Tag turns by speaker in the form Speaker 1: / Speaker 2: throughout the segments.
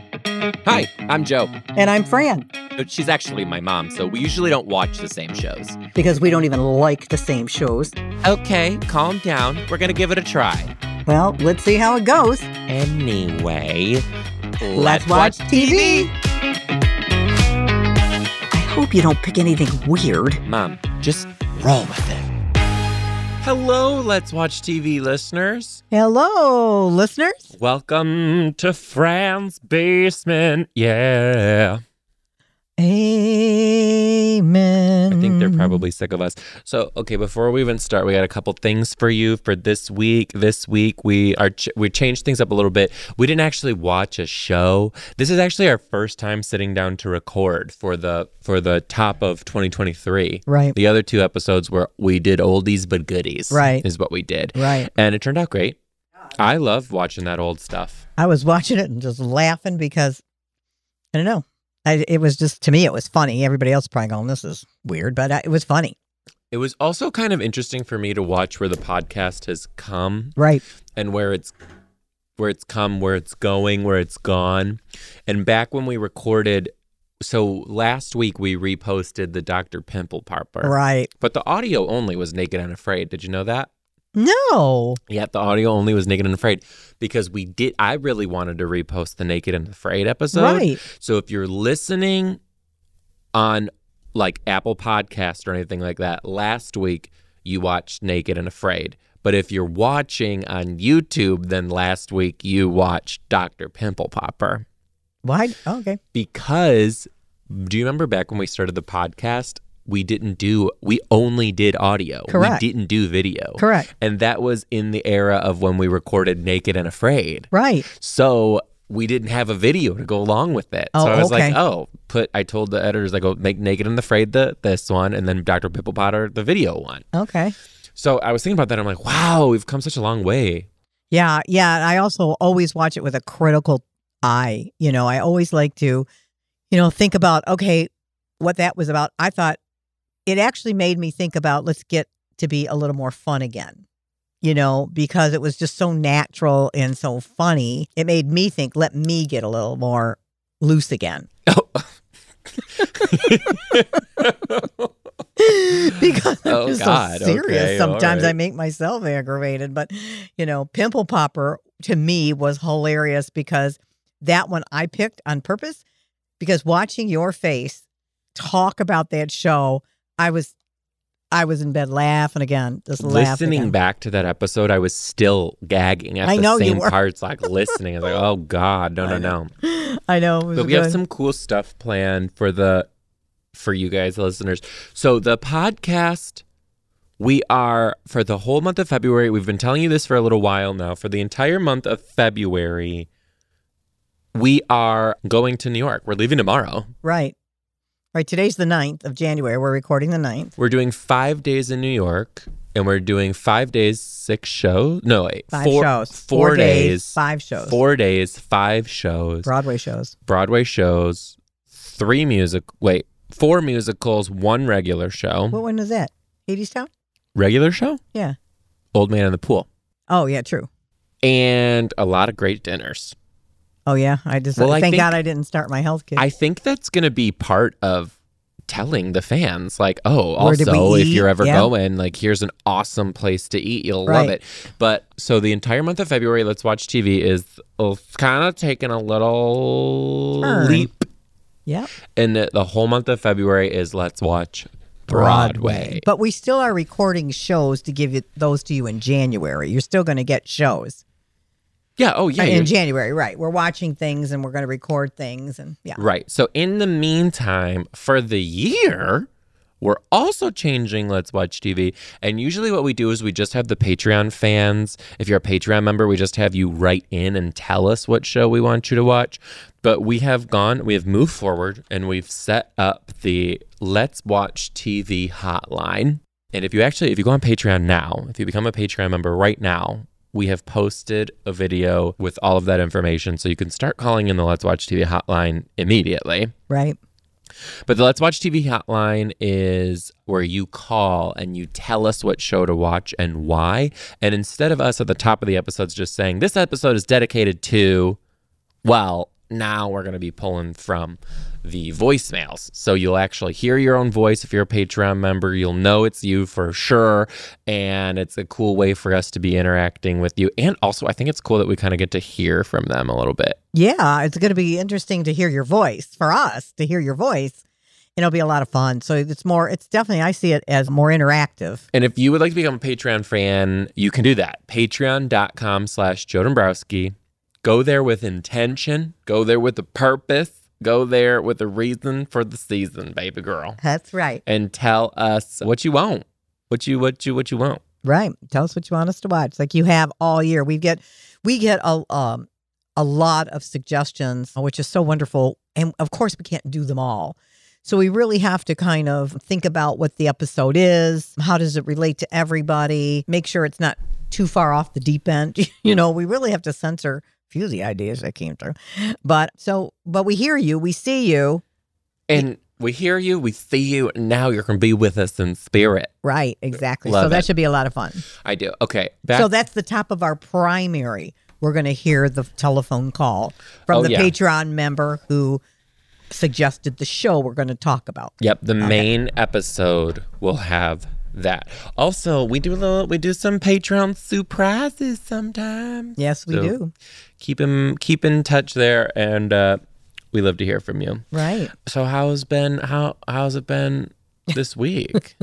Speaker 1: Hi, I'm Joe.
Speaker 2: And I'm Fran
Speaker 1: But She's actually my mom, so we usually don't watch the same shows.
Speaker 2: because we don't even like the same shows.
Speaker 1: Okay, calm down. We're gonna give it a try.
Speaker 2: Well, let's see how it goes.
Speaker 1: Anyway, let's,
Speaker 2: watch I hope you don't pick anything weird.
Speaker 1: Mom, just roll with it. Hello, Let's Watch TV listeners.
Speaker 2: Hello, listeners.
Speaker 1: Welcome to Fran's Basement. Yeah.
Speaker 2: Amen.
Speaker 1: I think
Speaker 2: Mm.
Speaker 1: they're probably sick of us. So, okay, before we even start, we got a couple things for you for this week. This week we are ch- we changed things up a little bit. We didn't actually watch a show. This is actually our first time sitting down to record for the for the top of 2023.
Speaker 2: Right.
Speaker 1: The other two episodes were we did oldies but goodies.
Speaker 2: Right.
Speaker 1: Is what we did.
Speaker 2: Right.
Speaker 1: And it turned out great. I love watching that old stuff.
Speaker 2: I was watching it and just laughing because I don't know. I, it was just to me, it was funny. Everybody else probably going, "This is weird," but I, it was funny,
Speaker 1: It was also kind of interesting for me to watch where the podcast has come
Speaker 2: right?
Speaker 1: and where it's where it's come, where it's going, where it's gone. And back when we recorded so last week we reposted the Dr. Pimple Popper.
Speaker 2: Right?
Speaker 1: But the audio only was Naked and Afraid. Did you know that?
Speaker 2: No,
Speaker 1: Yeah, the audio only was Naked and Afraid because we did I really wanted to repost the Naked and Afraid episode.
Speaker 2: right?
Speaker 1: So if you're listening on like Apple Podcast or anything like that, last week you watched Naked and Afraid. But if you're watching on YouTube, then last week you watched Dr. Pimple Popper.
Speaker 2: Why? Okay.
Speaker 1: Because do you remember back when we started the podcast? We didn't do, we only did audio.
Speaker 2: Correct.
Speaker 1: We didn't do video.
Speaker 2: Correct.
Speaker 1: And that was in the era of when we recorded Naked and Afraid.
Speaker 2: Right.
Speaker 1: So we didn't have a video to go along with it.
Speaker 2: Oh,
Speaker 1: so I was
Speaker 2: okay.
Speaker 1: like, oh, put I told the editors I go make Naked and Afraid the this one and then Dr. Pimple Potter the video one.
Speaker 2: Okay.
Speaker 1: So I was thinking about that. I'm like, wow, we've come such a long way.
Speaker 2: Yeah, yeah. and I also always watch it with a critical eye. You know, I always like to, you know, think about okay, what that was about. I thought it actually made me think about let's get to be a little more fun again. You know, because it was just so natural and so funny. It made me think, let me get a little more loose again.
Speaker 1: Oh.
Speaker 2: because I'm
Speaker 1: Oh,
Speaker 2: just
Speaker 1: God,
Speaker 2: so serious.
Speaker 1: okay, all
Speaker 2: Sometimes I
Speaker 1: right.
Speaker 2: make myself aggravated, but you know, Pimple Popper to me was hilarious because that one I picked on purpose because watching your face talk about that show, I was I was in bed laughing again, just laughing.
Speaker 1: listening
Speaker 2: again.
Speaker 1: back to that episode, I was still gagging at
Speaker 2: I
Speaker 1: the
Speaker 2: know you
Speaker 1: same
Speaker 2: were.
Speaker 1: parts, like listening. I was like, oh God, no,
Speaker 2: I
Speaker 1: no, no.
Speaker 2: I know. It was
Speaker 1: But we
Speaker 2: good.
Speaker 1: have some cool stuff planned for the for you guys listeners. So the podcast we are for the whole month of February. We've been telling you this for a little while now. For the entire month of February, we are going to New York. We're leaving tomorrow.
Speaker 2: right. Right. Today's the 9th of January. We're recording the 9th.
Speaker 1: We're doing 5 days in New York and we're doing 5 days, 6 shows. No, wait.
Speaker 2: Five
Speaker 1: 4
Speaker 2: shows.
Speaker 1: 4, days,
Speaker 2: Five shows.
Speaker 1: 4 days, 5 shows.
Speaker 2: Broadway shows.
Speaker 1: Broadway shows, three music wait, four musicals, one regular show.
Speaker 2: What one was that? Hades Town?
Speaker 1: Regular show?
Speaker 2: Yeah.
Speaker 1: Old Man in the Pool.
Speaker 2: Oh yeah, true.
Speaker 1: And a lot of great dinners.
Speaker 2: Oh yeah, I just
Speaker 1: Well, I
Speaker 2: thank
Speaker 1: think-
Speaker 2: God I didn't start my health kit.
Speaker 1: I think that's gonna be part of telling the fans, like, oh,
Speaker 2: Where did
Speaker 1: also
Speaker 2: we
Speaker 1: if
Speaker 2: eat?
Speaker 1: you're ever
Speaker 2: Yeah.
Speaker 1: going, like here's an awesome place to eat. You'll love
Speaker 2: Right.
Speaker 1: it. But so the entire month of February, Let's Watch TV is kind of taking a little
Speaker 2: Turn.
Speaker 1: leap
Speaker 2: yeah,
Speaker 1: And the, the whole month of February is Let's Watch Broadway.
Speaker 2: But we still are recording shows to give you those to you in January. You're still going to get shows
Speaker 1: Yeah. Oh, yeah.
Speaker 2: Uh,
Speaker 1: you're-
Speaker 2: in January, right? We're watching things and we're going to record things, and yeah,
Speaker 1: right. So, in the meantime, for the year, we're also changing Let's Watch TV. And usually, what we do is we just have the Patreon fans. If you're a Patreon member, we just have you write in and tell us what show we want you to watch. But we have gone, we have moved forward, and we've set up the Let's Watch TV hotline. And if you actually, if you go on Patreon now, if you become a Patreon member right now, we have posted a video with all of that information. So you can start calling in the Let's Watch TV hotline immediately.
Speaker 2: right,
Speaker 1: But the Let's Watch TV hotline is where you call and you tell us what show to watch and why. And instead of us at the top of the episodes just saying, this episode is dedicated to, well, now we're going to be pulling from the voicemails. So you'll actually hear your own voice if you're a Patreon member. You'll know it's you for sure. And it's a cool way for us to be interacting with you. And also, I think it's cool that we kind of get to hear from them a little bit.
Speaker 2: Yeah, it's going to be interesting to hear your voice for us to hear your voice. It'll be a lot of fun. So it's more, it's definitely, I see it as more interactive.
Speaker 1: And if you would like to become a Patreon fan, you can do that. Patreon.com slash Joe Dombrowski. Go there with intention. Go there with a purpose. Go there with a reason for the season, baby girl.
Speaker 2: That's right.
Speaker 1: And tell us what you want. What you what you what you want.
Speaker 2: Right. Tell us what you want us to watch. Like you have all year. We get we get a um a lot of suggestions, which is so wonderful. And of course we can't do them all. So we really have to kind of think about what the episode is, how does it relate to everybody, make sure it's not too far off the deep end. you know, we really have to censor a few of the ideas that came through. But so but we hear you, we see you.
Speaker 1: And we hear you, we see you, and now you're gonna be with us in spirit.
Speaker 2: Right, exactly.
Speaker 1: Love
Speaker 2: so that
Speaker 1: it.
Speaker 2: should be a lot of fun.
Speaker 1: I do. Okay. Back
Speaker 2: So that's the top of our primary. We're going to hear the telephone call from
Speaker 1: Oh,
Speaker 2: the
Speaker 1: yeah.
Speaker 2: Patreon member who suggested the show we're going to talk about.
Speaker 1: Yep, the main episode will have that. Also, we do a little, we do some Patreon surprises sometimes.
Speaker 2: Yes, we
Speaker 1: So-
Speaker 2: do.
Speaker 1: Keep him, keep in touch there, and uh, we love to hear from you.
Speaker 2: Right.
Speaker 1: So, how's been? How how's it been this week?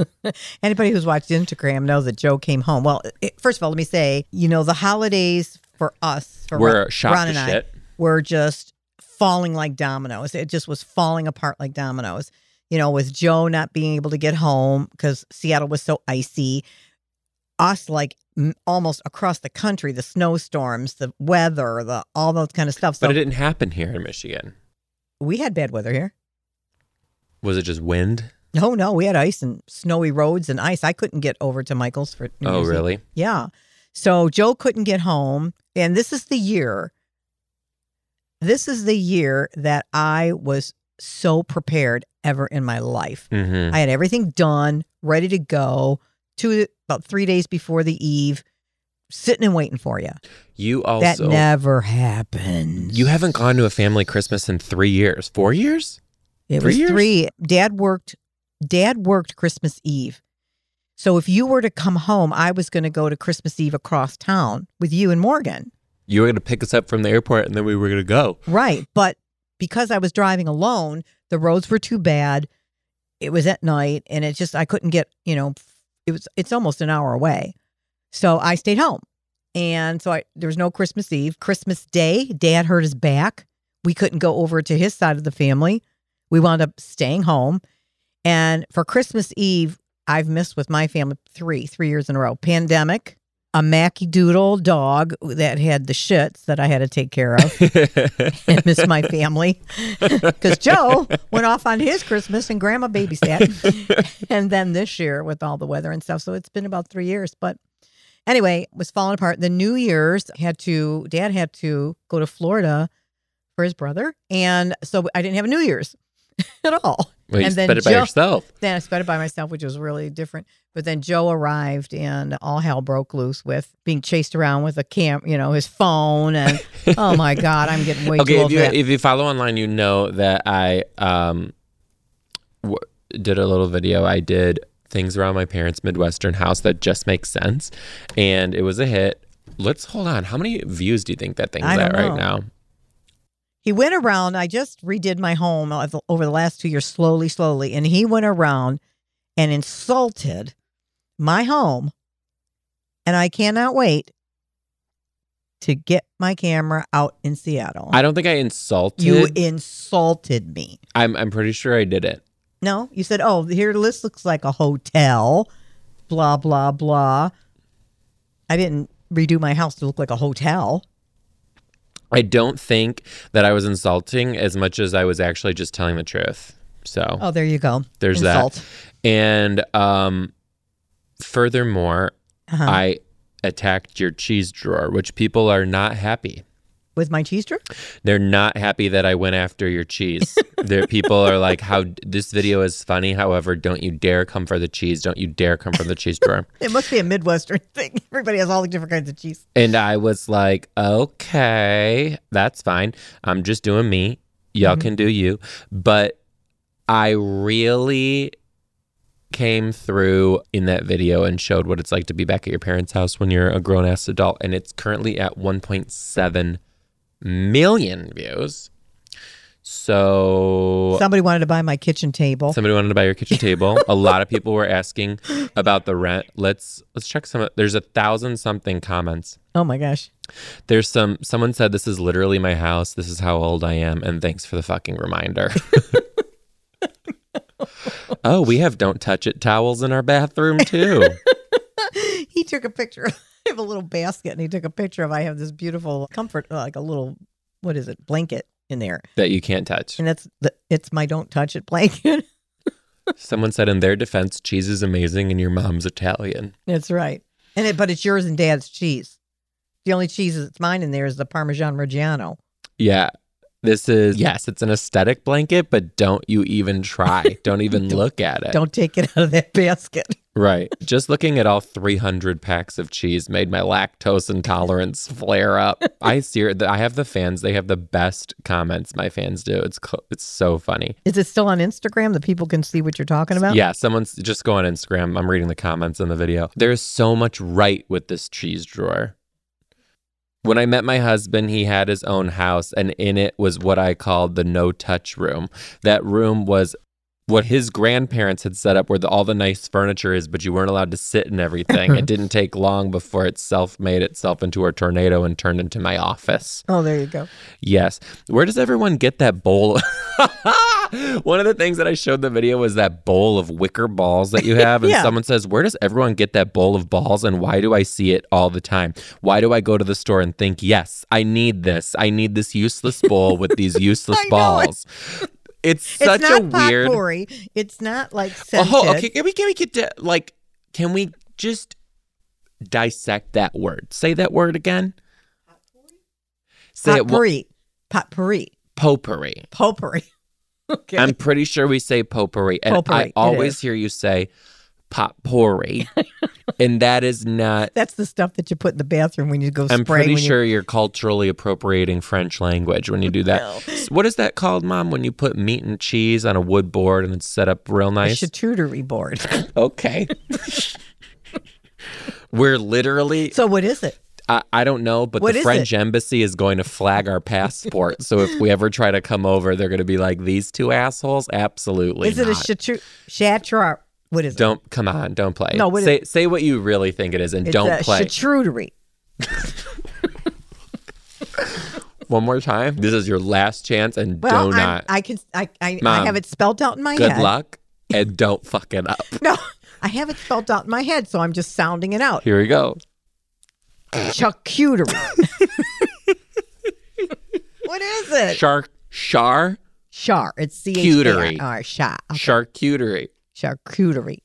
Speaker 2: Anybody who's watched Instagram knows that Joe came home. Well, it, first of all, let me say, you know, the holidays for us, for
Speaker 1: We're
Speaker 2: Ron,
Speaker 1: shocked
Speaker 2: Ron
Speaker 1: as
Speaker 2: and I,
Speaker 1: shit.
Speaker 2: were just falling like dominoes. It just was falling apart like dominoes. You know, with Joe not being able to get home because Seattle was so icy, us like m- almost across the country, the snowstorms, the weather, the all those kind of stuff. So
Speaker 1: but it didn't happen here in Michigan.
Speaker 2: we had bad weather here.
Speaker 1: Was it just wind?
Speaker 2: No, no, we had ice and snowy roads and ice. I couldn't get over to Michael's for New
Speaker 1: oh,
Speaker 2: Year's Eve.
Speaker 1: really?
Speaker 2: Yeah. So Joe couldn't get home. And this is the year. This is the year that I was so prepared ever in my life.
Speaker 1: Mm-hmm.
Speaker 2: I had everything done, ready to go, two about three days before the eve, sitting and waiting for you.
Speaker 1: You also
Speaker 2: that never happened.
Speaker 1: Oh, you haven't gone to a family Christmas in three years, four years.
Speaker 2: It
Speaker 1: Three
Speaker 2: was
Speaker 1: years?
Speaker 2: three. Dad worked. Dad worked Christmas Eve. So if you were to come home, I was going to go to Christmas Eve across town with you and Morgan.
Speaker 1: You were gonna pick us up from the airport, and then we were gonna go.
Speaker 2: Right. But because I was driving alone, the roads were too bad. It was at night and it just I couldn't get, you know, it was it's almost an hour away. So I stayed home. And so I there was no Christmas Eve. Christmas Day, dad hurt his back. We couldn't go over to his side of the family. We wound up staying home. And for Christmas Eve, I've missed with my family three, three years in a row. Pandemic, a Mackie Doodle dog that had the shits that I had to take care of and miss my family because Joe went off on his Christmas and grandma babysat. and then this year with all the weather and stuff. So it's been about three years. But anyway, it was falling apart. The New Year's had to, dad had to go to Florida for his brother. And so I didn't have a New Year's at all.
Speaker 1: Well, you
Speaker 2: And then
Speaker 1: spent it by
Speaker 2: Joe-
Speaker 1: yourself.
Speaker 2: Then I spent it by myself, which was really different. But then Joe arrived and all hell broke loose with being chased around with a cam, you know, his phone. And oh my God, I'm getting way too
Speaker 1: okay, if
Speaker 2: old
Speaker 1: you
Speaker 2: for that.
Speaker 1: if you follow online, you know that I um w- did a little video. I did things around my parents' Midwestern house that just makes sense, and it was a hit. Let's hold on. How many views do you think that thing's
Speaker 2: I
Speaker 1: at
Speaker 2: don't
Speaker 1: right
Speaker 2: know.
Speaker 1: now?
Speaker 2: He went around. I just redid my home of- over the last two years, slowly, slowly. And he went around and insulted my home. And I cannot wait to get my camera out in Seattle.
Speaker 1: I don't think I insulted.
Speaker 2: you insulted me.
Speaker 1: I'm I'm pretty sure I did it.
Speaker 2: No, you said, oh, here, this looks like a hotel, blah, blah, blah. I didn't redo my house to look like a hotel.
Speaker 1: I don't think that I was insulting as much as I was actually just telling the truth. So
Speaker 2: Oh, there you go.
Speaker 1: there's
Speaker 2: Insult.
Speaker 1: that. And um, furthermore,
Speaker 2: Uh-huh.
Speaker 1: I attacked your cheese drawer, which people are not happy
Speaker 2: with my cheese strip.
Speaker 1: They're not happy that I went after your cheese. Their people are like, "How this video is funny." However, don't you dare come for the cheese. Don't you dare come for the cheese drawer.
Speaker 2: It must be a Midwestern thing. Everybody has all the different kinds of cheese.
Speaker 1: And I was like, "Okay, that's fine. I'm just doing me. Y'all
Speaker 2: Mhm.
Speaker 1: can do you." But I really came through in that video and showed what it's like to be back at your parents' house when you're a grown ass adult. And it's currently at 1.7 million views. So
Speaker 2: Somebody wanted to buy my kitchen table.
Speaker 1: Somebody wanted to buy your kitchen table. a lot of people were asking about the rent. Let's let's check some. There's a thousand something comments.
Speaker 2: oh my gosh.
Speaker 1: There's some. Someone said this is literally my house. This is how old I am. And thanks for the fucking reminder. oh, we have don't touch it towels in our bathroom too.
Speaker 2: He took a picture. I have a little basket and he took a picture of I have this beautiful comfort uh, like a little what is it? blanket in there.
Speaker 1: that you can't touch.
Speaker 2: And that's the it's my don't touch it blanket.
Speaker 1: Someone said in their defense, cheese is amazing and your mom's Italian.
Speaker 2: that's right. And it but it's yours and dad's cheese. The only cheese that's mine in there is the Parmesan Reggiano.
Speaker 1: Yeah. This is yes, it's an aesthetic blanket, but don't you even try. Don't even look at it.
Speaker 2: Don't take it out of that basket.
Speaker 1: Right. Just looking at all 300 packs of cheese made my lactose intolerance flare up. I see. I have the fans. They have the best comments. My fans do. It's cl- it's so funny.
Speaker 2: Is it still on Instagram that people can see what you're talking about?
Speaker 1: Yeah. Someone's just go on Instagram. I'm reading the comments in the video. There's so much right with this cheese drawer. When I met my husband, he had his own house, and in it was what I called the no touch room. That room was what his grandparents had set up where the, all the nice furniture is, but you weren't allowed to sit in everything. it didn't take long before it self made itself into a tornado and turned into my office.
Speaker 2: Oh, there you go.
Speaker 1: Yes. Where does everyone get that bowl? One of the things that I showed the video was that bowl of wicker balls that you have. And
Speaker 2: Yeah.
Speaker 1: someone says, Where does everyone get that bowl of balls? And why do I see it all the time? Why do I go to the store and think, Yes, I need this. I need this useless bowl with these useless
Speaker 2: I know it.
Speaker 1: balls? It's such
Speaker 2: it's not
Speaker 1: a weird.
Speaker 2: potpourri. It's not like scented.
Speaker 1: Oh, okay. Can we, can we get to, like, can we just dissect that word? Say that word again. Say it one-
Speaker 2: potpourri. Potpourri.
Speaker 1: potpourri.
Speaker 2: Potpourri. Okay.
Speaker 1: I'm pretty sure we say potpourri, and
Speaker 2: Potpourri,
Speaker 1: I
Speaker 2: it
Speaker 1: always
Speaker 2: is.
Speaker 1: hear you say potpourri, and that is not.
Speaker 2: That's the stuff that you put in the bathroom when you go
Speaker 1: I'm
Speaker 2: spray.
Speaker 1: pretty
Speaker 2: when you-
Speaker 1: sure you're culturally appropriating French language when you do that.
Speaker 2: No.
Speaker 1: S- What is that called, Mom? When you put meat and cheese on a wood board and it's set up real
Speaker 2: a
Speaker 1: nice?
Speaker 2: charcuterie board.
Speaker 1: Okay. We're literally,
Speaker 2: so what is it?
Speaker 1: I, I don't know, but
Speaker 2: What
Speaker 1: the
Speaker 2: is
Speaker 1: French embassy is going to flag our passport. so if we ever try to come over, they're going to be like, these two assholes? Absolutely.
Speaker 2: Is it a
Speaker 1: not."
Speaker 2: chatu- chatra? What is it?
Speaker 1: Don't come on, don't play.
Speaker 2: No, what is-
Speaker 1: say say what you really think it is, and
Speaker 2: It's
Speaker 1: don't
Speaker 2: a
Speaker 1: play
Speaker 2: charcuterie.
Speaker 1: one more time. This is your last chance, and
Speaker 2: Well,
Speaker 1: do
Speaker 2: I'm-
Speaker 1: not.
Speaker 2: I can. I, I, I
Speaker 1: Mom,
Speaker 2: have it spelled out in my
Speaker 1: Good
Speaker 2: head.
Speaker 1: luck, and don't fuck it up.
Speaker 2: No, I have it spelled out in my head, so I'm just sounding it out.
Speaker 1: Here we go.
Speaker 2: Charcuterie. what is it?
Speaker 1: Shark char
Speaker 2: Char. It's C H A R.
Speaker 1: Cuterie.
Speaker 2: All right, char.
Speaker 1: charcuterie.
Speaker 2: Charcuterie.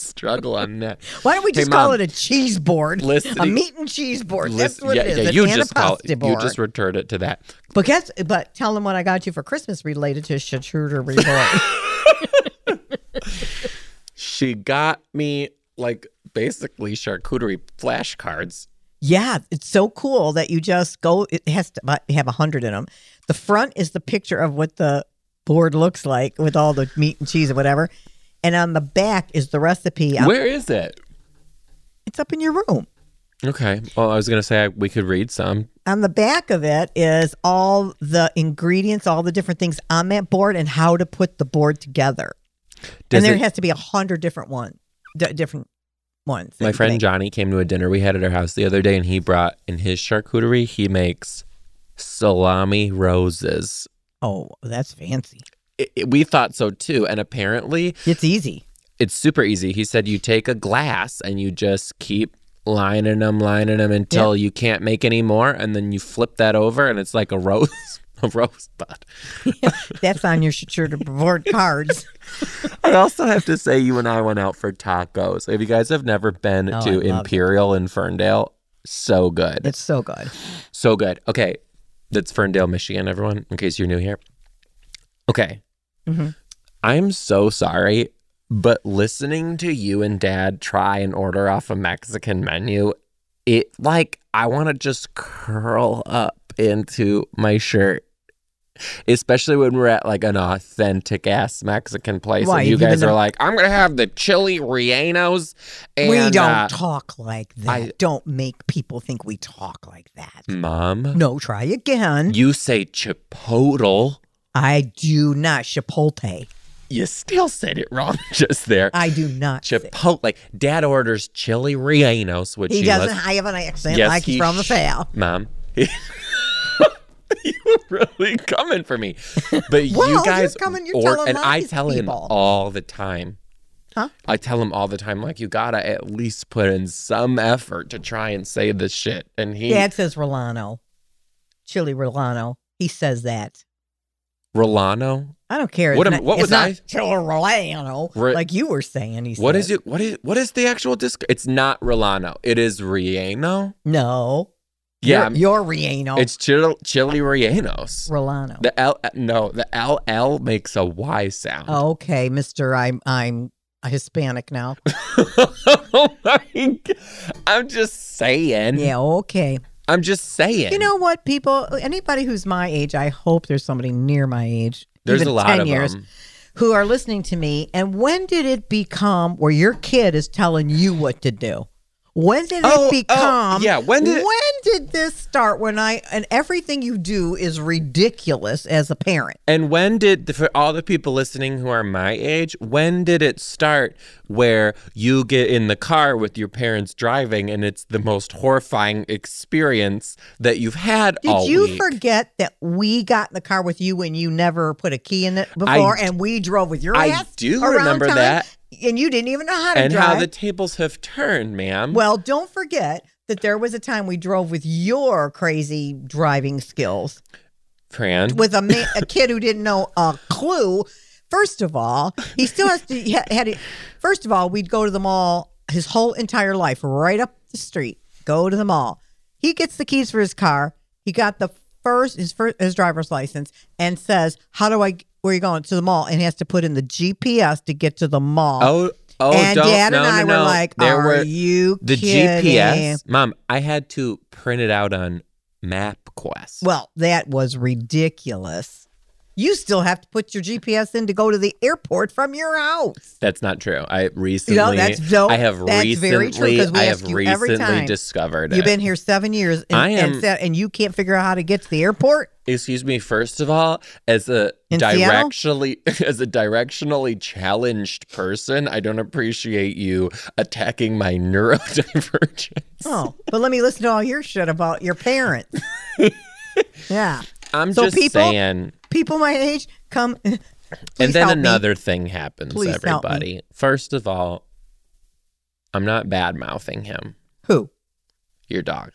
Speaker 1: Struggle on that.
Speaker 2: Why don't we
Speaker 1: Hey,
Speaker 2: just call
Speaker 1: Mom.
Speaker 2: it a cheese board?
Speaker 1: Listen
Speaker 2: a
Speaker 1: to-
Speaker 2: meat and cheese board. That's
Speaker 1: Listen-
Speaker 2: what
Speaker 1: yeah,
Speaker 2: it is.
Speaker 1: yeah,
Speaker 2: an
Speaker 1: you
Speaker 2: and a
Speaker 1: just call
Speaker 2: pasta
Speaker 1: it. You
Speaker 2: board.
Speaker 1: just returned it to that.
Speaker 2: But guess, but tell them what I got you for Christmas related to charcuterie board.
Speaker 1: She got me like basically charcuterie flashcards.
Speaker 2: yeah, it's so cool that you just go. It has to about- have a hundred in them. The front is the picture of what the board looks like with all the meat and cheese and whatever, and on the back is the recipe. Um,
Speaker 1: Where is it?
Speaker 2: It's up in your room.
Speaker 1: Okay. Well, I was gonna say I, we could read some.
Speaker 2: On the back of it is all the ingredients, all the different things on that board, and how to put the board together.
Speaker 1: Does
Speaker 2: and there
Speaker 1: it-
Speaker 2: has to be a hundred different one, d- different ones. that
Speaker 1: My
Speaker 2: you
Speaker 1: friend
Speaker 2: make.
Speaker 1: Johnny came to a dinner we had at our house the other day, and he brought in his charcuterie. He makes salami roses.
Speaker 2: Oh, that's fancy.
Speaker 1: It- it- we thought so too, and apparently
Speaker 2: It's easy.
Speaker 1: it's super easy. He said you take a glass and you just keep lining them, lining them until you can't make any more, and then you flip that over, and it's like a rose, a rose bud.
Speaker 2: That's on your charcuterie board cards.
Speaker 1: I also have to say, you and I went out for tacos. If you guys have never been
Speaker 2: Oh, I
Speaker 1: to
Speaker 2: love it.
Speaker 1: Imperial in Ferndale, So good.
Speaker 2: It's so good.
Speaker 1: So good. Okay. That's Ferndale, Michigan, everyone, in case you're new here. Okay.
Speaker 2: Mhm.
Speaker 1: I'm so sorry, but listening to you and dad try and order off a Mexican menu, it like I want to just curl up into my shirt. Especially when we're at like an authentic ass Mexican place,
Speaker 2: Right,
Speaker 1: and you
Speaker 2: even
Speaker 1: guys are
Speaker 2: though-
Speaker 1: like, "I'm gonna have the chili rellenos." And,
Speaker 2: we don't
Speaker 1: uh,
Speaker 2: talk like that.
Speaker 1: I- Hmm.
Speaker 2: don't make people think we talk like that.
Speaker 1: mom.
Speaker 2: No, try again.
Speaker 1: You say chipotle.
Speaker 2: I do not chipotle.
Speaker 1: You still said it wrong just there.
Speaker 2: I do not. say-
Speaker 1: Chipotle. Dad orders chili rellenos, which
Speaker 2: He
Speaker 1: he
Speaker 2: doesn't
Speaker 1: loves.
Speaker 2: I have an accent
Speaker 1: Yes,
Speaker 2: like he's
Speaker 1: he
Speaker 2: from the
Speaker 1: sh-
Speaker 2: south.
Speaker 1: Mom. you were really coming for me. But
Speaker 2: Well,
Speaker 1: you
Speaker 2: you're
Speaker 1: guys
Speaker 2: coming- you're
Speaker 1: or-
Speaker 2: telling
Speaker 1: and
Speaker 2: on
Speaker 1: I
Speaker 2: these
Speaker 1: tell him
Speaker 2: people.
Speaker 1: all the time.
Speaker 2: Huh?
Speaker 1: I tell him all the time, like, you gotta at least put in some effort to try and say this shit. And he
Speaker 2: Dad says Rolano. Chili Rolano. He says that.
Speaker 1: Rolano.
Speaker 2: I don't care. It's
Speaker 1: What am-
Speaker 2: not-
Speaker 1: what
Speaker 2: it's
Speaker 1: was
Speaker 2: not
Speaker 1: I-
Speaker 2: Chili Rolano,
Speaker 1: Re-
Speaker 2: like you were saying. He
Speaker 1: What
Speaker 2: said.
Speaker 1: is it? What is what is the actual disc? It's not Rolano. It is Rieno.
Speaker 2: No.
Speaker 1: Yeah,
Speaker 2: You're, you're Rieno.
Speaker 1: It's chili, chili rellenos.
Speaker 2: Rolano.
Speaker 1: The L, uh, no, the LL makes a Y sound.
Speaker 2: Oh, okay, Mister. I'm I'm a Hispanic now.
Speaker 1: oh my! g- I'm just saying.
Speaker 2: yeah. Okay.
Speaker 1: I'm just saying.
Speaker 2: You know what, people? Anybody who's my age, I hope there's somebody near my age.
Speaker 1: there's
Speaker 2: even
Speaker 1: a lot
Speaker 2: 10
Speaker 1: of
Speaker 2: years,
Speaker 1: them.
Speaker 2: who are listening to me. And when did it become where your kid is telling you what to do? When did
Speaker 1: Oh, oh,
Speaker 2: it become?
Speaker 1: yeah, when did it-
Speaker 2: when did this start? When I and everything you do is ridiculous as a parent.
Speaker 1: And when did for all the people listening who are my age, when did it start where you get in the car with your parents driving and it's the most horrifying experience that you've had
Speaker 2: Did
Speaker 1: all
Speaker 2: you
Speaker 1: week?
Speaker 2: forget that we got in the car with you and you never put a key in it before, and we drove with your
Speaker 1: I
Speaker 2: ass?
Speaker 1: do
Speaker 2: around
Speaker 1: remember
Speaker 2: town,
Speaker 1: that.
Speaker 2: and you didn't even know how to
Speaker 1: and
Speaker 2: drive.
Speaker 1: how the tables have turned, ma'am.
Speaker 2: Well, don't forget that there was a time we drove with your crazy driving skills
Speaker 1: Fran.
Speaker 2: with a man, a kid who didn't know a clue. First of all, he still has to ha- had it. First of all, we'd go to the mall his whole entire life, right up the street. Go to the mall. He gets the keys for his car. He got the first his first his driver's license and says, "How do I? Where are you going to the mall?" And has to put in the GPS to get to the mall.
Speaker 1: Oh, oh,
Speaker 2: and
Speaker 1: don't,
Speaker 2: Dad
Speaker 1: no,
Speaker 2: and I
Speaker 1: no, no.
Speaker 2: were like,
Speaker 1: there
Speaker 2: "Are
Speaker 1: were
Speaker 2: you
Speaker 1: the
Speaker 2: kidding?"
Speaker 1: GPS. Mom, I had to print it out on MapQuest.
Speaker 2: Well, that was ridiculous. You still have to put your GPS in to go to the airport from your house.
Speaker 1: that's not true. I recently,
Speaker 2: No, that's dope.
Speaker 1: I have
Speaker 2: That's very true,
Speaker 1: recently,
Speaker 2: 'cause we
Speaker 1: I have
Speaker 2: ask you every
Speaker 1: recently
Speaker 2: time.
Speaker 1: discovered it.
Speaker 2: You've been here seven years, and,
Speaker 1: I am-
Speaker 2: and, sa- and you can't figure out how to get to the airport.
Speaker 1: Excuse me. First of all, as a
Speaker 2: In Seattle?
Speaker 1: directionally, as a directionally challenged person, I don't appreciate you attacking my neurodivergence.
Speaker 2: Oh, but let me listen to all your shit about your parents. yeah,
Speaker 1: I'm
Speaker 2: So
Speaker 1: just
Speaker 2: people-
Speaker 1: saying.
Speaker 2: people my age come. Please
Speaker 1: and then
Speaker 2: help me.
Speaker 1: another thing happens,
Speaker 2: Please help me.
Speaker 1: everybody. First of all, I'm not bad mouthing him,
Speaker 2: who
Speaker 1: your dog.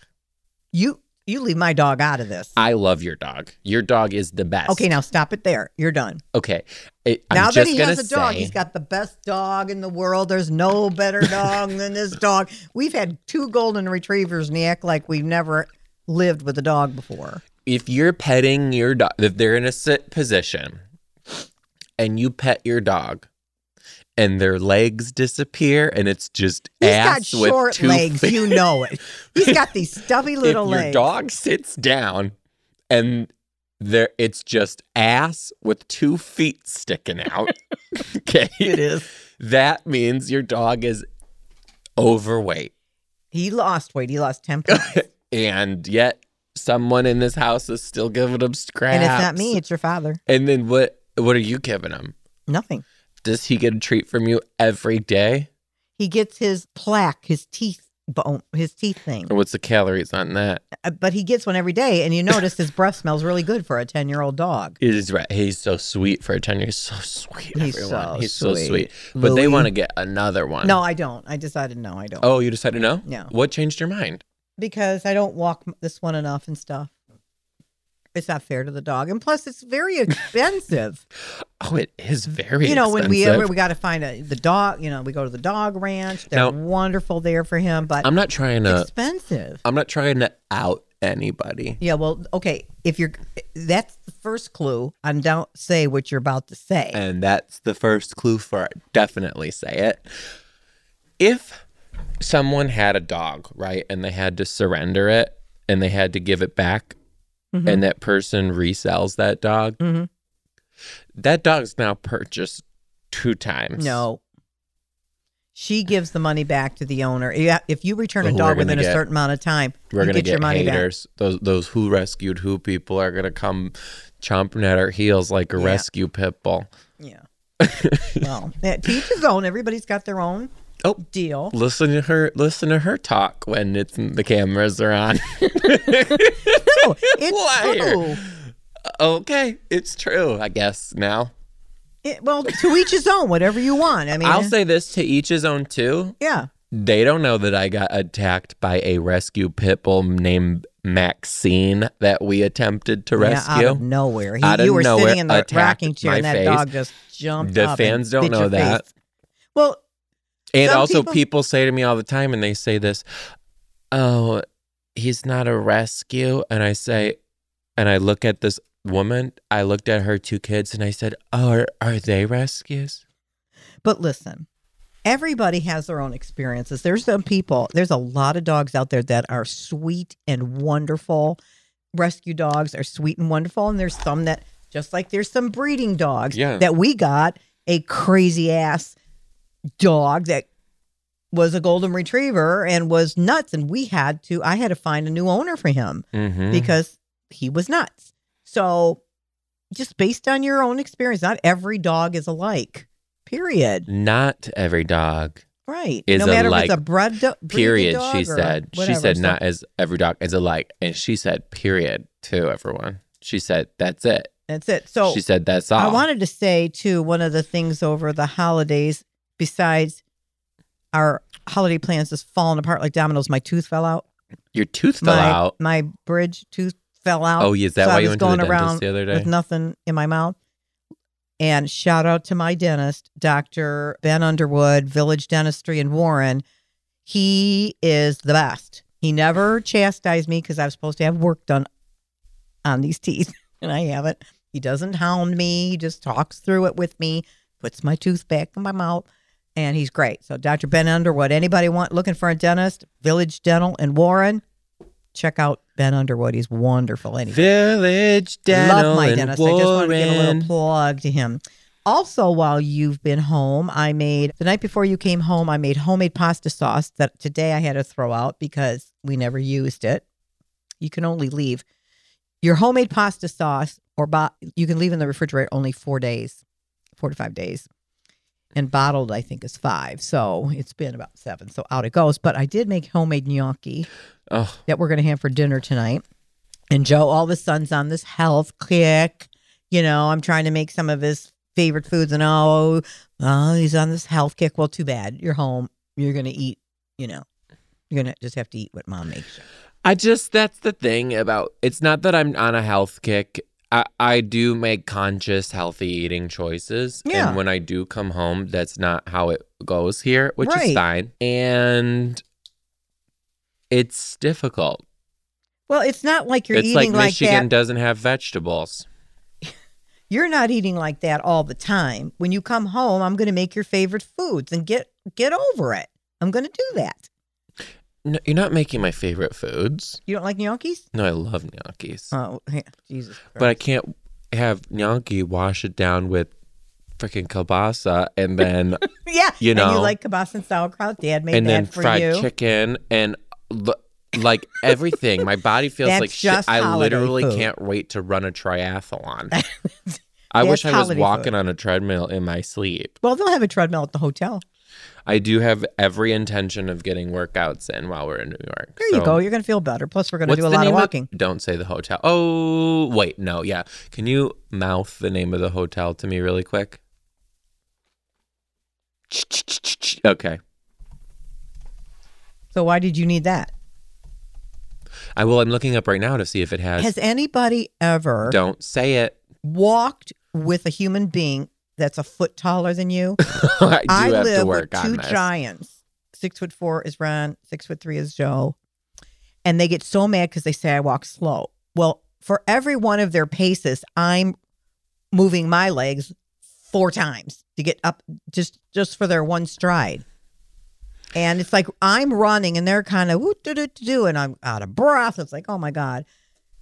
Speaker 2: you you leave my dog out of this.
Speaker 1: I love your dog. Your dog is the best.
Speaker 2: Okay, now stop it there. You're done.
Speaker 1: Okay. It, I'm
Speaker 2: now that
Speaker 1: just
Speaker 2: he
Speaker 1: gonna
Speaker 2: has a dog,
Speaker 1: say,
Speaker 2: he's got the best dog in the world. There's no better dog than this dog. We've had two golden retrievers and they act like we've never lived with a dog before.
Speaker 1: if you're petting your dog, if they're in a sit position and you pet your dog and their legs disappear and it's just
Speaker 2: He's
Speaker 1: ass
Speaker 2: got
Speaker 1: with
Speaker 2: short
Speaker 1: two
Speaker 2: legs,
Speaker 1: fin-
Speaker 2: you know it. He's got these stubby little
Speaker 1: if your
Speaker 2: legs.
Speaker 1: dog sits down and there it's just ass with two feet sticking out okay
Speaker 2: it is.
Speaker 1: that means your dog is overweight
Speaker 2: He lost weight. He lost ten pounds,
Speaker 1: and yet someone in this house is still giving him scraps
Speaker 2: and it's not me. It's your father.
Speaker 1: and then what what are you giving him
Speaker 2: Nothing.
Speaker 1: does he get a treat from you every day
Speaker 2: He gets his plaque, his teeth bone, his teeth thing.
Speaker 1: or what's the calories on that
Speaker 2: Uh, But he gets one every day, and you notice his breath smells really good for a ten-year-old dog.
Speaker 1: He's right. He's so sweet for a ten. He's so sweet.
Speaker 2: He's
Speaker 1: everyone.
Speaker 2: so
Speaker 1: He's so sweet.
Speaker 2: sweet.
Speaker 1: But they
Speaker 2: Louis.
Speaker 1: want to get another one.
Speaker 2: No, I don't. I decided no, I don't.
Speaker 1: Oh, you decided no?
Speaker 2: No.
Speaker 1: What changed your mind?
Speaker 2: because I don't walk m- this one enough and stuff. It's not fair to the dog, and plus, it's very expensive.
Speaker 1: Oh, it is very.
Speaker 2: you know, when we
Speaker 1: expensive.
Speaker 2: ever we got to find a the dog. You know, we go to the dog ranch. They're
Speaker 1: Now-
Speaker 2: wonderful there for him, but
Speaker 1: I'm not trying to.
Speaker 2: expensive.
Speaker 1: I'm not trying to out anybody.
Speaker 2: Yeah, well, okay. If you're, that's the first clue. And don't say what you're about to say.
Speaker 1: And that's the first clue for it. Definitely say it. If someone had a dog, right, and they had to surrender it and they had to give it back,
Speaker 2: Mhm.
Speaker 1: and that person resells that dog,
Speaker 2: Mhm.
Speaker 1: that dog's now purchased two times.
Speaker 2: No. She gives the money back to the owner. Yeah, If you return
Speaker 1: Oh,
Speaker 2: a
Speaker 1: we're
Speaker 2: dog
Speaker 1: gonna
Speaker 2: within a
Speaker 1: get-
Speaker 2: certain amount of time,
Speaker 1: We're
Speaker 2: you
Speaker 1: gonna
Speaker 2: get,
Speaker 1: get,
Speaker 2: your money
Speaker 1: haters. Those those who rescued who people are gonna come chomping at our heels like a
Speaker 2: Yeah.
Speaker 1: rescue pit bull.
Speaker 2: back. Yeah. well, yeah, to each his own. Everybody's got their own
Speaker 1: Oh,
Speaker 2: deal.
Speaker 1: listen to her listen to her talk when it's the cameras are on
Speaker 2: No, it's oh.
Speaker 1: Liar.
Speaker 2: true.
Speaker 1: okay it's true i guess now
Speaker 2: It- well, to each his own. Whatever you want. I mean,
Speaker 1: i'll say this to each his own too
Speaker 2: yeah.
Speaker 1: they don't know that i got attacked by a rescue pit bull named maxine that we attempted to
Speaker 2: Yeah,
Speaker 1: rescue
Speaker 2: out of nowhere. He,
Speaker 1: Out of
Speaker 2: you were
Speaker 1: nowhere,
Speaker 2: sitting in the
Speaker 1: attacked
Speaker 2: rocking chair
Speaker 1: my
Speaker 2: and that
Speaker 1: face.
Speaker 2: dog just jumped
Speaker 1: The
Speaker 2: up and
Speaker 1: fans don't
Speaker 2: bit
Speaker 1: know
Speaker 2: your
Speaker 1: that.
Speaker 2: face. Well,
Speaker 1: and
Speaker 2: some
Speaker 1: also
Speaker 2: people-
Speaker 1: people... say to me all the time and they say this oh he's not a rescue and i say and i look at this woman i looked at her two kids and i said oh, are, are they rescues
Speaker 2: But listen, everybody has their own experiences. There's some people, there's a lot of dogs out there that are sweet and wonderful. Rescue dogs are sweet and wonderful. And there's some that, just like there's some breeding dogs
Speaker 1: Yeah.
Speaker 2: that we got a crazy ass dog that was a golden retriever and was nuts. And we had to, I had to find a new owner for him
Speaker 1: mm-hmm.
Speaker 2: because he was nuts. So just based on your own experience, not every dog is alike, period.
Speaker 1: not every dog
Speaker 2: Right.
Speaker 1: is
Speaker 2: no
Speaker 1: a
Speaker 2: matter if
Speaker 1: like,
Speaker 2: it's a bred do- breeding
Speaker 1: period
Speaker 2: dog
Speaker 1: she
Speaker 2: or
Speaker 1: said she
Speaker 2: whatever,
Speaker 1: said
Speaker 2: so-
Speaker 1: not as every dog is alike and she said period to everyone she said that's it
Speaker 2: That's it. So
Speaker 1: she said that's all
Speaker 2: I wanted to say too one of the things over the holidays besides our holiday plans is falling apart like dominoes. My tooth fell out.
Speaker 1: your tooth fell
Speaker 2: my
Speaker 1: out
Speaker 2: my bridge tooth fell out
Speaker 1: oh is that
Speaker 2: so I
Speaker 1: why you
Speaker 2: was
Speaker 1: went to the
Speaker 2: going
Speaker 1: dentist
Speaker 2: around
Speaker 1: the other day
Speaker 2: with nothing in my mouth. And shout out to my dentist, Dr. Ben Underwood, Village Dentistry in Warren. He is the best. He never chastised me because I was supposed to have work done on these teeth, and I haven't. He doesn't hound me. He just talks through it with me, puts my tooth back in my mouth, and he's great. So, Dr. Ben Underwood, anybody want looking for a dentist, Village Dental in Warren, check out Ben Underwood. He's wonderful. And he
Speaker 1: village dental
Speaker 2: Love my
Speaker 1: in
Speaker 2: dentist. I just wanted to give a
Speaker 1: Warren.
Speaker 2: little plug to him. Also, while you've been home, I made the night before you came home, I made homemade pasta sauce that today I had to throw out because we never used it. You can only leave your homemade pasta sauce or bo- you can leave in the refrigerator only four days, four to five days. And bottled, I think, is five. So it's been about seven. So out it goes. But I did make homemade gnocchi
Speaker 1: oh
Speaker 2: that we're going to have for dinner tonight. And Joe, all of a sudden's on this health kick. You know, I'm trying to make some of his favorite foods, and oh, oh he's on this health kick. Well, too bad. You're home. You're going to eat, you know, you're going to just have to eat what mom makes. you.
Speaker 1: I just that's the thing about it's not that I'm on a health kick. I, I do make conscious healthy eating choices.
Speaker 2: Yeah.
Speaker 1: And when I do come home, that's not how it goes here, which
Speaker 2: Right.
Speaker 1: is fine. And it's difficult.
Speaker 2: Well, it's not like you're
Speaker 1: it's like,
Speaker 2: eating like,
Speaker 1: Michigan
Speaker 2: that.
Speaker 1: doesn't have vegetables.
Speaker 2: You're not eating like that all the time. When you come home, I'm going to make your favorite foods and get get over it. I'm going to do that.
Speaker 1: No, you're not making my favorite foods.
Speaker 2: You don't like gnocchis?
Speaker 1: No, I love gnocchis.
Speaker 2: Oh, Jesus! Christ.
Speaker 1: but I can't have gnocchi wash it down with freaking kielbasa and then
Speaker 2: Yeah,
Speaker 1: You
Speaker 2: and you
Speaker 1: know.
Speaker 2: like kielbasa and sauerkraut. Dad made
Speaker 1: and
Speaker 2: that
Speaker 1: then
Speaker 2: for
Speaker 1: fried
Speaker 2: you.
Speaker 1: chicken and l- like everything. My body feels
Speaker 2: That's
Speaker 1: like shit.
Speaker 2: just
Speaker 1: I
Speaker 2: holiday
Speaker 1: literally
Speaker 2: food.
Speaker 1: can't wait to run a triathlon. I wish
Speaker 2: That's
Speaker 1: I was
Speaker 2: holiday
Speaker 1: walking
Speaker 2: food.
Speaker 1: on a treadmill in my sleep.
Speaker 2: Well, they'll have a treadmill at the hotel.
Speaker 1: I do have every intention of getting workouts in while we're in New York.
Speaker 2: There
Speaker 1: So,
Speaker 2: you go. You're gonna feel better. Plus, we're gonna
Speaker 1: what's
Speaker 2: do a
Speaker 1: the
Speaker 2: lot of
Speaker 1: name
Speaker 2: walking.
Speaker 1: don't say the hotel. Oh, wait, no, yeah. Can you mouth the name of the hotel to me really quick? Okay.
Speaker 2: so why did you need that?
Speaker 1: I will. I'm looking up right now to see if it has.
Speaker 2: Has anybody ever
Speaker 1: Don't say it.
Speaker 2: walked with a human being that's a foot taller than you.
Speaker 1: I do
Speaker 2: I
Speaker 1: have
Speaker 2: live
Speaker 1: to work
Speaker 2: with
Speaker 1: on
Speaker 2: two
Speaker 1: this.
Speaker 2: giants. Six foot four is Ron. Six foot three is Joe. And they get so mad because they say I walk slow. Well, for every one of their paces, I'm moving my legs four times to get up just just for their one stride. And it's like I'm running and they're kind of woo doo doo doo doo, and I'm out of breath. It's like, oh my God.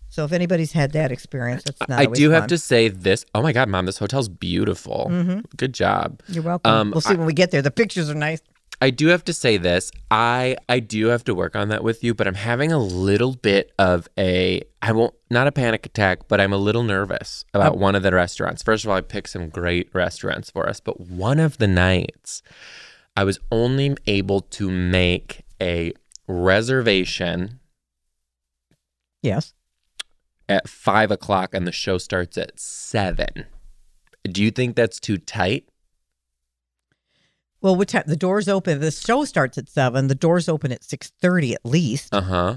Speaker 2: So if anybody's had that experience, it's not
Speaker 1: I do have to say this. Oh my god, mom, this hotel's beautiful.
Speaker 2: hmm
Speaker 1: Good job.
Speaker 2: You're welcome.
Speaker 1: Um,
Speaker 2: we'll see when we get there. The pictures are nice.
Speaker 1: I do have to say this. I I do have to work on that with you, but I'm having a little bit of a I won't not a panic attack, but I'm a little nervous about one of the restaurants. First of all, I picked some great restaurants for us, but one of the nights I was only able to make a reservation
Speaker 2: Yes.
Speaker 1: at five o'clock and the show starts at seven. Do you think that's too tight?
Speaker 2: Well, what time? The doors open. The show starts at seven. The doors open at six thirty at least.
Speaker 1: Uh huh.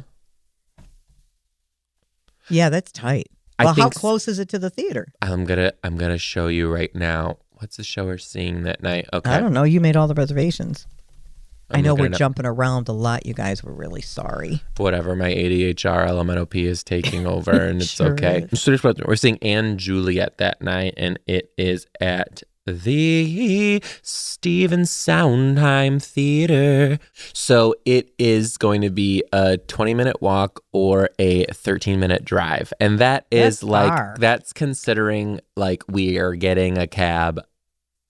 Speaker 2: Yeah, that's tight.
Speaker 1: I
Speaker 2: Well, how
Speaker 1: think s-
Speaker 2: close is it to the theater?
Speaker 1: I'm gonna I'm gonna show you right now. What's the show we're seeing that night? Okay.
Speaker 2: I don't know. You made all the reservations. i
Speaker 1: I'm
Speaker 2: know
Speaker 1: looking
Speaker 2: we're
Speaker 1: it up.
Speaker 2: jumping around a lot, you guys. We're really sorry.
Speaker 1: whatever my ADHR LMNOP is taking over and it's
Speaker 2: Sure
Speaker 1: okay. So there's what- we're seeing Anne Juliet that night and it is at the Stephen Sondheim Theater. So it is going to be a 20 minute walk or a 13 minute drive. And that is
Speaker 2: That's
Speaker 1: like,
Speaker 2: far.
Speaker 1: that's considering like we are getting a cab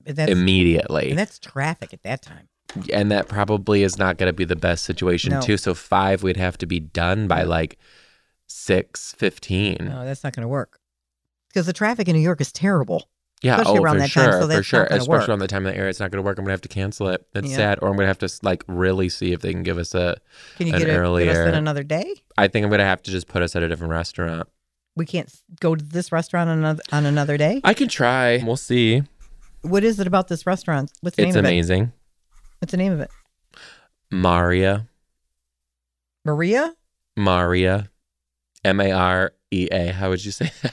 Speaker 2: And that's,
Speaker 1: immediately
Speaker 2: and that's traffic at that time.
Speaker 1: and that probably is not going to be the best situation
Speaker 2: No.
Speaker 1: too. So five, we'd have to be done by like six fifteen.
Speaker 2: No, that's not going to work because the traffic in New York is terrible.
Speaker 1: yeah,
Speaker 2: especially
Speaker 1: oh,
Speaker 2: around
Speaker 1: for
Speaker 2: that
Speaker 1: sure,
Speaker 2: time, so that's
Speaker 1: for
Speaker 2: not
Speaker 1: sure.
Speaker 2: gonna
Speaker 1: Especially
Speaker 2: work.
Speaker 1: around the time of the air, it's not going to work. I'm going to have to cancel it. That's
Speaker 2: Yeah.
Speaker 1: sad. Or I'm going to have to like really see if they can give us a.
Speaker 2: Can you
Speaker 1: An
Speaker 2: get, a, get us
Speaker 1: earlier-
Speaker 2: in another day?
Speaker 1: I think I'm going to have to just put us at a different restaurant.
Speaker 2: We can't s- go to this restaurant on another on another day.
Speaker 1: I can try. We'll see.
Speaker 2: What is it about this restaurant? What's the
Speaker 1: It's
Speaker 2: name of it?
Speaker 1: amazing.
Speaker 2: What's the name of it?
Speaker 1: Maria,
Speaker 2: Maria.
Speaker 1: Maria, M A R E A. How would you say that?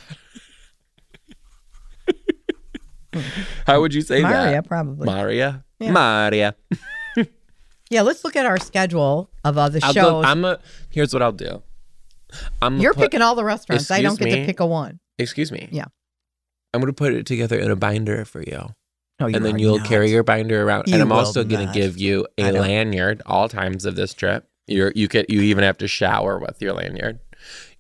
Speaker 2: Hmm.
Speaker 1: How would you say
Speaker 2: Maria,
Speaker 1: that?
Speaker 2: probably.
Speaker 1: Maria.
Speaker 2: Yeah.
Speaker 1: Maria.
Speaker 2: yeah, let's look at our schedule of other
Speaker 1: I'll
Speaker 2: shows.
Speaker 1: go, I'm a. Here's what I'll do. I'm gonna
Speaker 2: You're
Speaker 1: put-
Speaker 2: picking all the restaurants. I don't get
Speaker 1: Excuse
Speaker 2: to
Speaker 1: me?
Speaker 2: pick a one.
Speaker 1: Excuse me.
Speaker 2: Yeah.
Speaker 1: I'm gonna put it together in a binder for you,
Speaker 2: No, you
Speaker 1: and then
Speaker 2: are
Speaker 1: you'll
Speaker 2: not.
Speaker 1: carry your binder around.
Speaker 2: You
Speaker 1: and I'm
Speaker 2: will
Speaker 1: also gonna
Speaker 2: not.
Speaker 1: give you
Speaker 2: I
Speaker 1: a
Speaker 2: don't-
Speaker 1: lanyard all times of this trip. You're you can you even have to shower with your lanyard,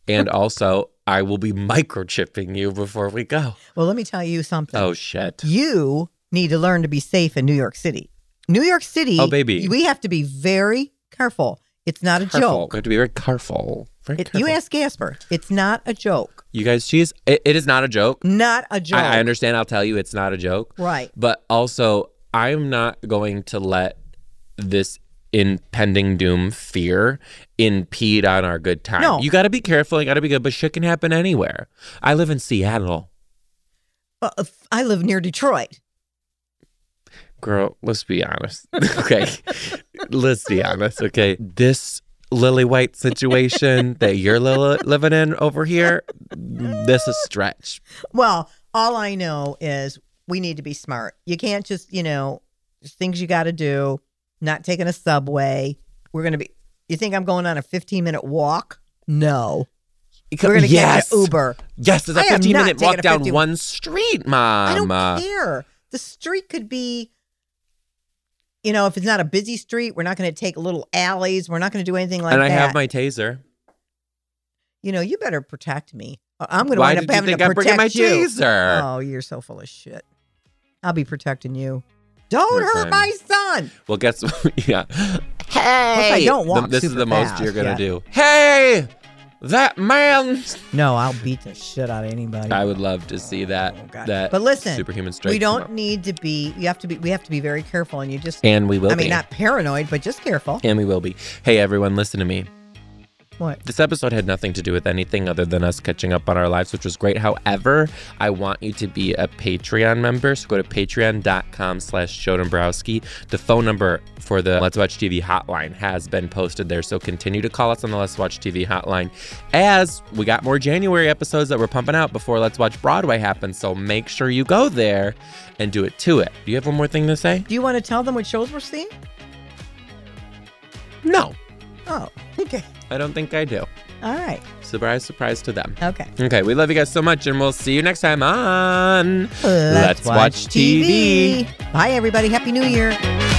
Speaker 1: and also I will be microchipping you before we go.
Speaker 2: Well, let me tell you something.
Speaker 1: Oh shit!
Speaker 2: You need to learn to be safe in New York City. New York City.
Speaker 1: Oh, baby.
Speaker 2: We have to be very careful. It's not a
Speaker 1: Careful.
Speaker 2: joke.
Speaker 1: We have to be very careful. Very
Speaker 2: It-
Speaker 1: careful.
Speaker 2: you
Speaker 1: You,
Speaker 2: ask Gasper. It's not a joke.
Speaker 1: guys, she's it, it is not a joke.
Speaker 2: Not a joke.
Speaker 1: I, I understand. I'll tell you, it's not a joke.
Speaker 2: Right.
Speaker 1: But also, I'm not going to let this impending doom fear impede on our good time.
Speaker 2: No.
Speaker 1: You got to be careful. You got to be good, but shit can happen anywhere. I live in Seattle.
Speaker 2: Uh, if- I live near Detroit.
Speaker 1: Girl, let's be honest. okay. let's be honest. Okay. This Lily White situation that you're li- living in over here, this is stretch.
Speaker 2: Well, all I know is we need to be smart. You can't just, you know, there's things you got to do. Not taking a subway. We're going to be, you think I'm going on a 15 minute walk? No. We're going to
Speaker 1: yes.
Speaker 2: catch an Uber.
Speaker 1: Yes, it's a
Speaker 2: I am
Speaker 1: 15
Speaker 2: not
Speaker 1: minute
Speaker 2: taking
Speaker 1: walk
Speaker 2: a
Speaker 1: down
Speaker 2: 15
Speaker 1: one street, mom.
Speaker 2: I don't
Speaker 1: Uh,
Speaker 2: care. The street could be, you know, if it's not a busy street, we're not going to take little alleys. We're not going to do anything like
Speaker 1: and I
Speaker 2: that.
Speaker 1: have my taser.
Speaker 2: you know, you better protect me. I'm going to
Speaker 1: Why
Speaker 2: wind
Speaker 1: did
Speaker 2: up
Speaker 1: you
Speaker 2: having
Speaker 1: think
Speaker 2: to
Speaker 1: I'm bringing
Speaker 2: protect
Speaker 1: my
Speaker 2: you.
Speaker 1: taser?
Speaker 2: Oh, you're so full of shit. I'll be protecting you. Don't
Speaker 1: You're fine.
Speaker 2: hurt my son.
Speaker 1: Well, guess what? yeah. Hey,
Speaker 2: don't walk
Speaker 1: this is
Speaker 2: super
Speaker 1: the most
Speaker 2: fast
Speaker 1: you're gonna
Speaker 2: yet.
Speaker 1: do. Hey, that man.
Speaker 2: No, I'll beat the shit out of anybody.
Speaker 1: I would love to see that.
Speaker 2: Oh, God.
Speaker 1: that
Speaker 2: But listen,
Speaker 1: superhuman strength.
Speaker 2: we
Speaker 1: come
Speaker 2: don't
Speaker 1: up.
Speaker 2: need to be. You have to be. We have to be very careful, and you just.
Speaker 1: and we will
Speaker 2: I mean,
Speaker 1: be.
Speaker 2: not paranoid, but just careful.
Speaker 1: and we will be. Hey, everyone, listen to me.
Speaker 2: What?
Speaker 1: This episode had nothing to do with anything other than us catching up on our lives, which was great. However, I want you to be a Patreon member. So go to patreon.com slash Jodombrowski. The phone number for the Let's Watch TV hotline has been posted there. So continue to call us on the Let's Watch TV hotline as we got more January episodes that we're pumping out before Let's Watch Broadway happens. So make sure you go there and do it to it. Do you have one more thing to say?
Speaker 2: Do you want to tell them what shows we're seeing?
Speaker 1: No,
Speaker 2: Oh, okay.
Speaker 1: I don't think I do.
Speaker 2: All right.
Speaker 1: Surprise, surprise to them.
Speaker 2: Okay.
Speaker 1: Okay, we love you guys so much, and we'll see you next time on
Speaker 2: Let's, watch TV. Bye, everybody. Happy New Year.